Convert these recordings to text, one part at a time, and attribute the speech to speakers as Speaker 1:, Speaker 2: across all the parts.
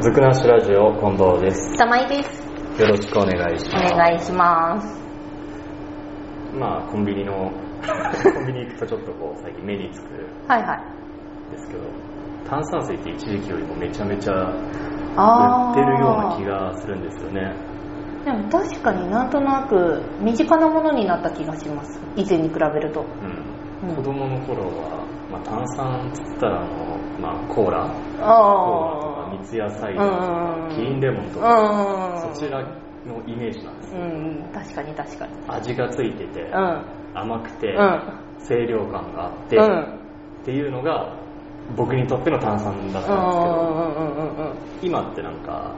Speaker 1: ずくなしラジオ近藤です。
Speaker 2: 玉井です。
Speaker 1: よろしくお願いし
Speaker 2: お
Speaker 1: ます。
Speaker 2: 願いします。
Speaker 1: まあコンビニの コンビニ行くとちょっとこう最近目につくん
Speaker 2: はいはい。
Speaker 1: ですけど、炭酸水って一時期よりもめちゃめちゃ売
Speaker 2: あー
Speaker 1: ってるような気がするんですよね。
Speaker 2: でも確かになんとなく身近なものになった気がします。以前に比べると。
Speaker 1: うん。
Speaker 2: うん
Speaker 1: 子供の頃は、まあ、炭酸っつったらあのまあコーラ、コーラ
Speaker 2: あ
Speaker 1: とか三ツ矢サイダ
Speaker 2: うん
Speaker 1: ー
Speaker 2: うん
Speaker 1: と
Speaker 2: う
Speaker 1: か
Speaker 2: ん
Speaker 1: キリンレモンとか、
Speaker 2: あ。
Speaker 1: そちらのイメージなんです。
Speaker 2: うん、確かに確かに。
Speaker 1: 味がついてて、
Speaker 2: うん。
Speaker 1: 甘くて、
Speaker 2: うん。
Speaker 1: 清涼感があって、
Speaker 2: うん。
Speaker 1: っていうのが僕にとっての炭酸だった
Speaker 2: う
Speaker 1: んですけど、
Speaker 2: んうんうんうんうん。
Speaker 1: 今ってなんか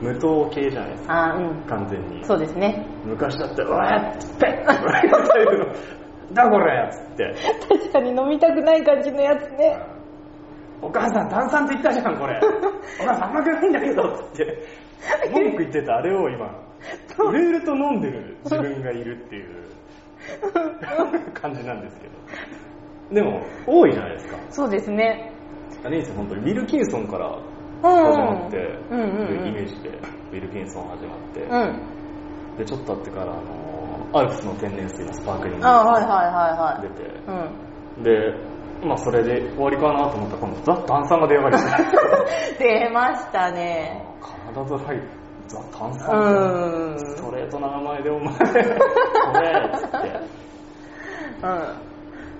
Speaker 1: 無糖系じゃないですか
Speaker 2: あーうん。
Speaker 1: 完全に
Speaker 2: そうですね。
Speaker 1: 昔だって「わーっ!」って「だこれ!」っつって
Speaker 2: 確かに飲みたくない感じのやつね。
Speaker 1: 「お母さん炭酸って言ったじゃんこれお母さん甘くないんだけど」っつって文句言ってたあれを今売れると飲んでる自分がいるっていう感じなんですけどでも多いじゃないですか
Speaker 2: そうですね。
Speaker 1: あれですよ本当にウィルキンソンから
Speaker 2: う
Speaker 1: 始
Speaker 2: ん。
Speaker 1: まって、
Speaker 2: うんうんうん
Speaker 1: イメージでウィルキンソン始まって、
Speaker 2: うん。
Speaker 1: でちょっと経ってからあのーアルプスの天然水のスパークリング
Speaker 2: あーはいはいはいは
Speaker 1: 出
Speaker 2: い。
Speaker 1: て、
Speaker 2: うん。
Speaker 1: でまあそれで終わりかなと思ったら今度ザ・炭酸が出やがりして
Speaker 2: 出ましたね。
Speaker 1: 体ドライザ・炭
Speaker 2: う
Speaker 1: 酸
Speaker 2: ん。うん。
Speaker 1: ストレートな名前でお前これっつっ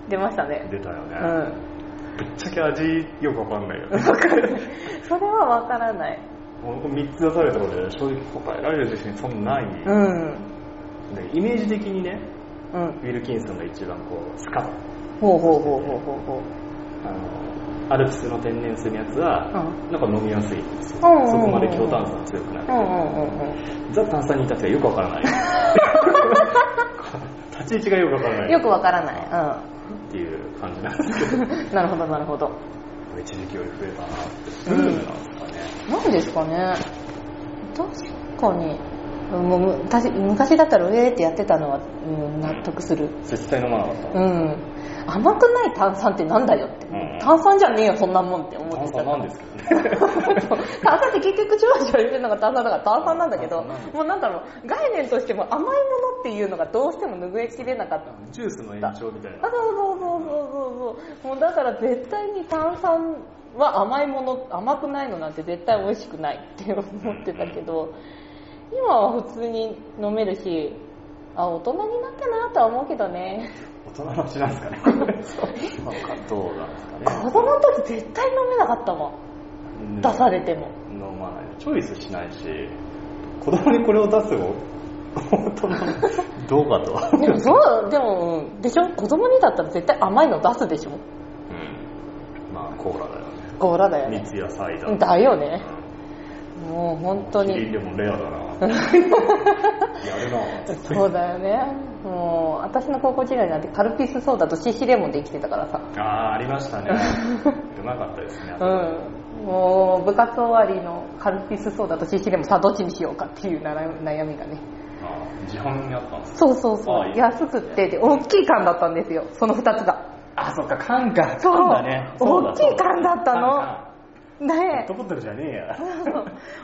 Speaker 2: 出ましたね。
Speaker 1: て出たよね
Speaker 2: う、ん。
Speaker 1: ぶっちゃけ味よくわかんないよね
Speaker 2: それはわからない。
Speaker 1: 僕3つ出されたことで正直答えられる自信そんなない、
Speaker 2: うん。
Speaker 1: でイメージ的にね
Speaker 2: うん。
Speaker 1: ウィルキンソンが一番こうスカッ
Speaker 2: ほうほうほうほうほうほう。
Speaker 1: あのアルプスの天然水のやつは、
Speaker 2: う
Speaker 1: なんか飲みやすいんですよ、
Speaker 2: うんうんうんうん
Speaker 1: そこまで強炭酸強くな
Speaker 2: うんう
Speaker 1: い、
Speaker 2: んうん
Speaker 1: ザ・炭酸に至ってはよくわからない立ち位置がよくわから
Speaker 2: う。
Speaker 1: なんい
Speaker 2: よくわからない。
Speaker 1: っていう感じなんですけど
Speaker 2: うん。なるほどなるほど。
Speaker 1: 一時期より増えたなって、
Speaker 2: うん
Speaker 1: ブームなんですかね
Speaker 2: なんですかね。確かに。もうむたし昔だったらウェーってやってたのは、うん、納得する。
Speaker 1: 絶対飲まなかった、
Speaker 2: うん。甘くない炭酸ってなんだよって。
Speaker 1: うん
Speaker 2: 炭酸じゃねえよ、そんなもんって思っ
Speaker 1: 炭
Speaker 2: て
Speaker 1: 酸
Speaker 2: たか
Speaker 1: な
Speaker 2: ら
Speaker 1: ん。ですけど ね
Speaker 2: 炭酸って結局じわじわ入れるのが炭酸だから炭酸なんだけど
Speaker 1: 炭酸なんだ
Speaker 2: もうなんだろう概念としても甘いものっていうのがどうしても拭えきれなかった
Speaker 1: ジュースの延長みたい
Speaker 2: あ
Speaker 1: な
Speaker 2: そうそうそうそうそうそうもうだから絶対に炭酸は甘いもの甘くないのなんて絶対美味しくないって思ってたけど今は普通に飲めるしあ大人になったなとは思うけどね
Speaker 1: 大人の味なんですかねなんかどうなんですかね
Speaker 2: 子供の時絶対飲めなかったもん
Speaker 1: うん
Speaker 2: 出されても
Speaker 1: 飲まないチョイスしないし子供にこれを出すを本当にどうかと
Speaker 2: でもそうでもうんでしょ子供にだったら絶対甘いの出すでしょ
Speaker 1: うんまあコーラだよね
Speaker 2: ゴーラだよ
Speaker 1: 三
Speaker 2: ね
Speaker 1: ツ矢サイダー
Speaker 2: だよね
Speaker 1: うん
Speaker 2: もう本当
Speaker 1: キリン
Speaker 2: に
Speaker 1: でもレアだ なやるな
Speaker 2: そうだよねもう私の高校時代なんてカルピスソーダとシシレモンで生きてたからさ
Speaker 1: ああーありましたねうまかったですね
Speaker 2: うんもう部活終わりのカルピスソーダとシシレモンさあどっちにしようかっていう悩み悩みがね
Speaker 1: あー自販にあったんですか
Speaker 2: そうそうそ
Speaker 1: あいうい
Speaker 2: 安くってで大きい缶だったんですよその2つが
Speaker 1: あそっか缶か
Speaker 2: そう
Speaker 1: 缶だねそうだ
Speaker 2: 大きい缶だったの
Speaker 1: そうだ缶缶ペッ
Speaker 2: ね
Speaker 1: トボトルじゃねえ や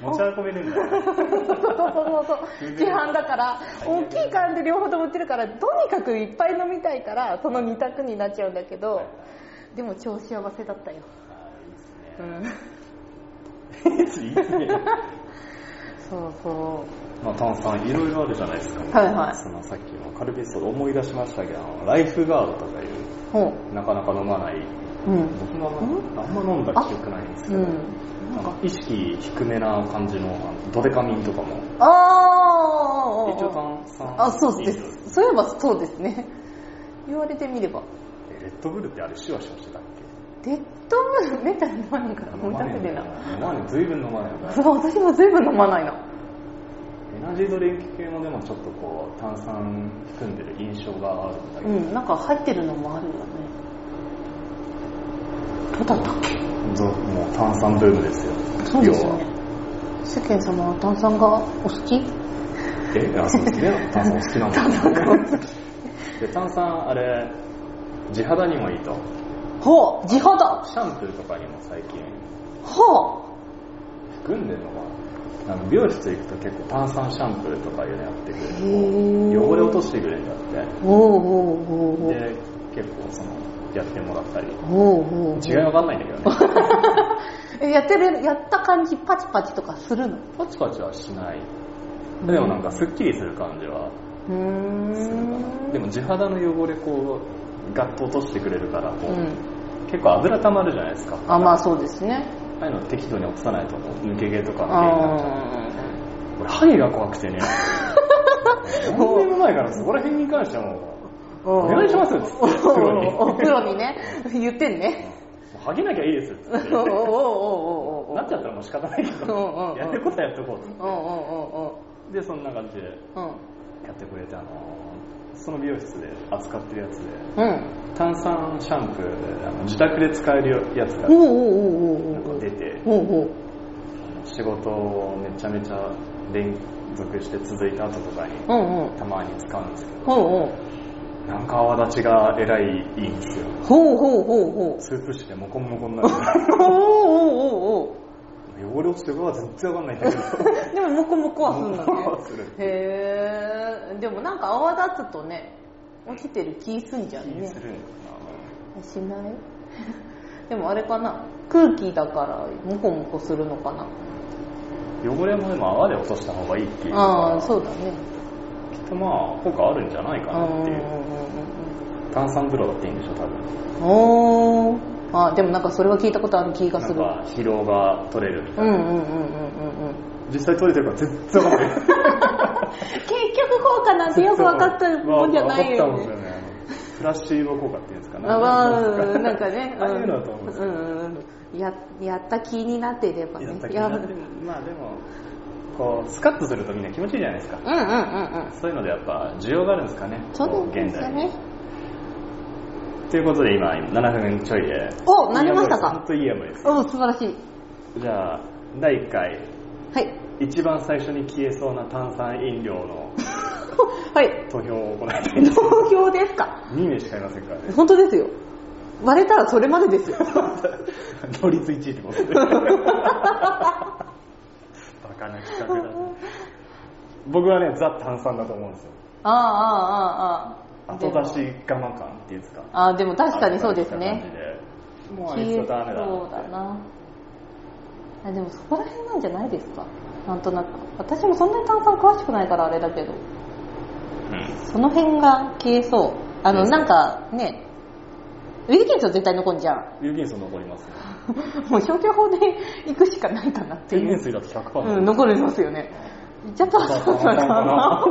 Speaker 1: 持ち運べねえんだよ
Speaker 2: そうそうそうそう自販だから大きい缶で両方とも売ってるからとにかくいっぱい飲みたいからその2択になっちゃうんだけどでも超幸せだったよ、
Speaker 1: あーいいっすね
Speaker 2: う
Speaker 1: い
Speaker 2: ん、
Speaker 1: いっすね
Speaker 2: そうそ
Speaker 1: まあ、炭酸いろいろあるじゃないですか、
Speaker 2: はいはい
Speaker 1: そのさっきのカルピスソーダ思い出しましたけどあのライフガードとかいう
Speaker 2: うほ
Speaker 1: なかなか飲まないう
Speaker 2: うん
Speaker 1: 僕もあんまあんま飲んだ記憶ないんですけ
Speaker 2: う
Speaker 1: ど、
Speaker 2: ん
Speaker 1: なんか意識低めな感じのあのドデカミンとかも
Speaker 2: ああ
Speaker 1: 一応炭酸
Speaker 2: あそうで
Speaker 1: 飲料
Speaker 2: すそういえばそうですね言われてみれば
Speaker 1: えレッドブルってあれシュワシュワしてたっ
Speaker 2: デッドブルめったに飲まないか
Speaker 1: け
Speaker 2: ら飲みたくてな
Speaker 1: 飲まないずいぶん飲まないよね
Speaker 2: そう私も随分飲まないな
Speaker 1: エナジードリンク系もでもちょっとこう炭酸含んでる印象があるんだけ
Speaker 2: う
Speaker 1: ど、
Speaker 2: んなんか入ってるのもあるよねどうだったっけ
Speaker 1: ぞもう炭酸ブームですよ
Speaker 2: そうです
Speaker 1: 要
Speaker 2: よ
Speaker 1: は
Speaker 2: ね。世間様は炭酸がお好き
Speaker 1: えあそうですね炭酸お好きなんだで炭酸あれ地肌にもいいと
Speaker 2: ほう、地肌
Speaker 1: シャンプーとかにも最近
Speaker 2: ほう
Speaker 1: 組んでるのがあの美容室行くと結構炭酸シャンプーとかいうのやってくれ
Speaker 2: へー
Speaker 1: る汚れ落としてくれるんだって
Speaker 2: おおおうおう
Speaker 1: で結構そのやってもらったり
Speaker 2: おうおうおう
Speaker 1: 違いわかんないんだけどね
Speaker 2: えやってるやった感じパチパチとかするの
Speaker 1: パチパチはしないでもなんかすっきりする感じは
Speaker 2: うー
Speaker 1: するか
Speaker 2: ん
Speaker 1: なでも地肌の汚れこうガッと落としてくれるから
Speaker 2: う
Speaker 1: こう、
Speaker 2: ん
Speaker 1: 結構油溜まるじゃないですか
Speaker 2: あまあそうですね
Speaker 1: ああいうの適度に落とさないともう抜け毛とかの原因になっちゃう
Speaker 2: あ
Speaker 1: 俺ハゲが怖くて ね何年も前からそこら辺に関してはも
Speaker 2: ー
Speaker 1: お願いしますっつってプロに
Speaker 2: おプロにね言ってんね
Speaker 1: うハゲなきゃいいですっつ
Speaker 2: お
Speaker 1: っ
Speaker 2: う
Speaker 1: て
Speaker 2: おうおうおうおう
Speaker 1: なっちゃったらもう仕方ないけ
Speaker 2: うんうんう
Speaker 1: ど
Speaker 2: ん
Speaker 1: やることはやっとこうっつ
Speaker 2: おうおうおう
Speaker 1: ってでそんな感じで
Speaker 2: おう
Speaker 1: やってくれてあのその美容室で扱ってるやつで
Speaker 2: うんうん
Speaker 1: 炭酸シャンプーであの自宅で使えるやつが
Speaker 2: おうおうおうおう
Speaker 1: なんか出て
Speaker 2: おうおう
Speaker 1: 仕事をめちゃめちゃ連続して続いた後とかに
Speaker 2: うんうん
Speaker 1: たまに使うんですけど
Speaker 2: ほうほう
Speaker 1: なんか泡立ちがえらいいいんですよ
Speaker 2: ほうほうほうほう
Speaker 1: スープしてモコモコになる
Speaker 2: おおおうおうおう
Speaker 1: 汚れ落ちてるから全然わかんないんだけど
Speaker 2: でもモコモコはするんだね
Speaker 1: モコモコはする
Speaker 2: へえでもなんか泡立つとね落ちてる気すんじゃん
Speaker 1: 気
Speaker 2: ね
Speaker 1: するんだ
Speaker 2: しないでもあれかな空気だからモコモコするのかな
Speaker 1: な汚れもでも泡で落とした方がいいっていう
Speaker 2: あ
Speaker 1: か
Speaker 2: あそうだね
Speaker 1: きっとまあ効果あるんじゃないかなっていう炭酸風呂だっていいんでしょ多分
Speaker 2: うんおおあでもなんかそれは聞いたことある気が
Speaker 1: な
Speaker 2: す
Speaker 1: ん
Speaker 2: る
Speaker 1: か疲労が取れるみ
Speaker 2: う
Speaker 1: た
Speaker 2: ん
Speaker 1: い
Speaker 2: うん
Speaker 1: な、
Speaker 2: うんうんうんうん
Speaker 1: 実際取れてるから全然わかんない
Speaker 2: 結局効果なんて よく分かったもんじゃないよ
Speaker 1: わかったもんじゃ
Speaker 2: ね
Speaker 1: ないフラッシーボ効果っていうんですかね
Speaker 2: あまあうんなんか ね
Speaker 1: ああいうのだと思うんです
Speaker 2: う
Speaker 1: けど、
Speaker 2: んうんややった気になっていればね
Speaker 1: やった気に
Speaker 2: や
Speaker 1: な
Speaker 2: ばう
Speaker 1: っ
Speaker 2: んうん
Speaker 1: てもまあでもこうスカッとするとみんな気持ちいいじゃないですか
Speaker 2: うんうん
Speaker 1: そういうのでやっぱ需要があるんですかね
Speaker 2: そうです
Speaker 1: こう
Speaker 2: よ
Speaker 1: 現代
Speaker 2: ね
Speaker 1: にということで今7分ちょいで
Speaker 2: おなりましたか
Speaker 1: 本当いいやもです
Speaker 2: お素晴らしい
Speaker 1: じゃあ第1回
Speaker 2: はい
Speaker 1: 一番最初に消えそうな炭酸飲料の
Speaker 2: はい
Speaker 1: 投票を行いたいと思い ます
Speaker 2: 投票ですか
Speaker 1: 2名しかいませんからね
Speaker 2: 本当ですよ割れたらそれま でですよ
Speaker 1: 同率1位って ことでバカな企画だね僕はねザ炭酸だと思うんですよ
Speaker 2: ああああああ
Speaker 1: 後出し我慢感っていうんですか
Speaker 2: ああでも確かにそうですね
Speaker 1: もうあいつはダメだ
Speaker 2: そうだなあでもそこら辺なんじゃないですかなんとなく私もそんなに炭酸詳しくないからあれだけどその辺が消えそうあの
Speaker 1: ですね
Speaker 2: なんかねウィルキンソン絶対残んじゃ ん
Speaker 1: うん有限数残りますね
Speaker 2: もう消去法で行くしかないかなって
Speaker 1: 有
Speaker 2: い
Speaker 1: 限
Speaker 2: う、
Speaker 1: 数だと100%
Speaker 2: うん、残りますよねいっちゃった
Speaker 1: パン
Speaker 2: そ
Speaker 1: パ
Speaker 2: う
Speaker 1: ンパ
Speaker 2: だ
Speaker 1: ンパン
Speaker 2: かな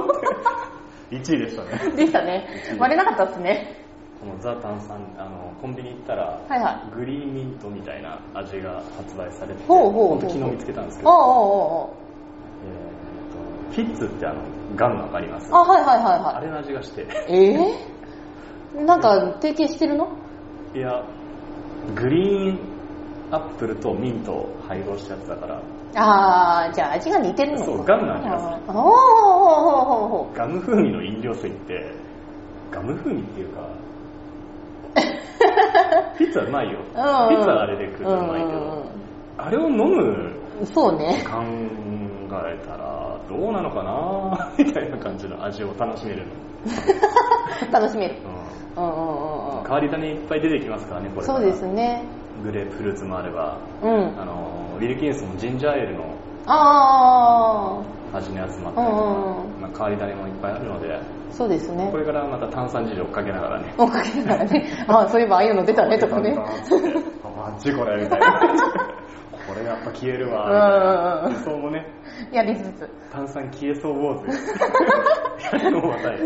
Speaker 1: 1位でしたね
Speaker 2: でしたね割れなかったっすね
Speaker 1: このザ炭酸あのコンビニ行ったら
Speaker 2: はいはい
Speaker 1: グリーンミントみたいな味が発売されてて
Speaker 2: ほうほうほう
Speaker 1: ほんと昨日見つけたんですけ
Speaker 2: おう
Speaker 1: ど
Speaker 2: おうおうおう
Speaker 1: えーとキッズってあのガンのわかります
Speaker 2: あはいはいはい
Speaker 1: あ
Speaker 2: はい
Speaker 1: れの味がして
Speaker 2: ええなんか提携してるの
Speaker 1: いやグリーンアップルとミントを配合したやつだから
Speaker 2: ああじゃあ味が似てるのか
Speaker 1: そうガムの味がする
Speaker 2: あーおーおーおーおーおー
Speaker 1: ガム風味の飲料水ってガム風味っていう かピッツァうまいよピッツァ
Speaker 2: うんうん
Speaker 1: はあれで食うとうまいけどあれを飲む
Speaker 2: うんうんそうね
Speaker 1: 考えたらどうなのかな みたいな感じの味を楽しめる、
Speaker 2: 楽しめる
Speaker 1: うん
Speaker 2: うんうんうんうん
Speaker 1: 変わり種いっぱい出てきますからねこれか
Speaker 2: そ
Speaker 1: ら
Speaker 2: うですね
Speaker 1: グレープフルーツもあれば
Speaker 2: うんあ
Speaker 1: あのウィルキンソンのジンジャーエールの
Speaker 2: あ
Speaker 1: 味のやつもあったりと
Speaker 2: うんうんうん
Speaker 1: か、まあ、変わり種もいっぱいあるので
Speaker 2: そうですね
Speaker 1: これからまた炭酸汁をかけながらね
Speaker 2: おかげだからねああそういえばああいうの出たね とかね
Speaker 1: バンバンバンってあマジこれみたいなこれやっぱ消えるわ
Speaker 2: うんうんうん
Speaker 1: みたいな理想もね
Speaker 2: やりつつ
Speaker 1: 炭酸消えそうウ ォーズやるのもまた
Speaker 2: や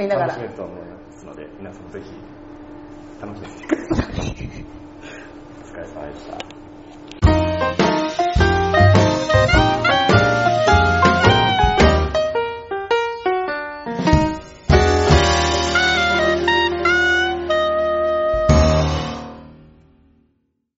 Speaker 2: りながら
Speaker 1: 楽しめると思います ので皆さんぜひ楽しんでくださいお疲れ様でした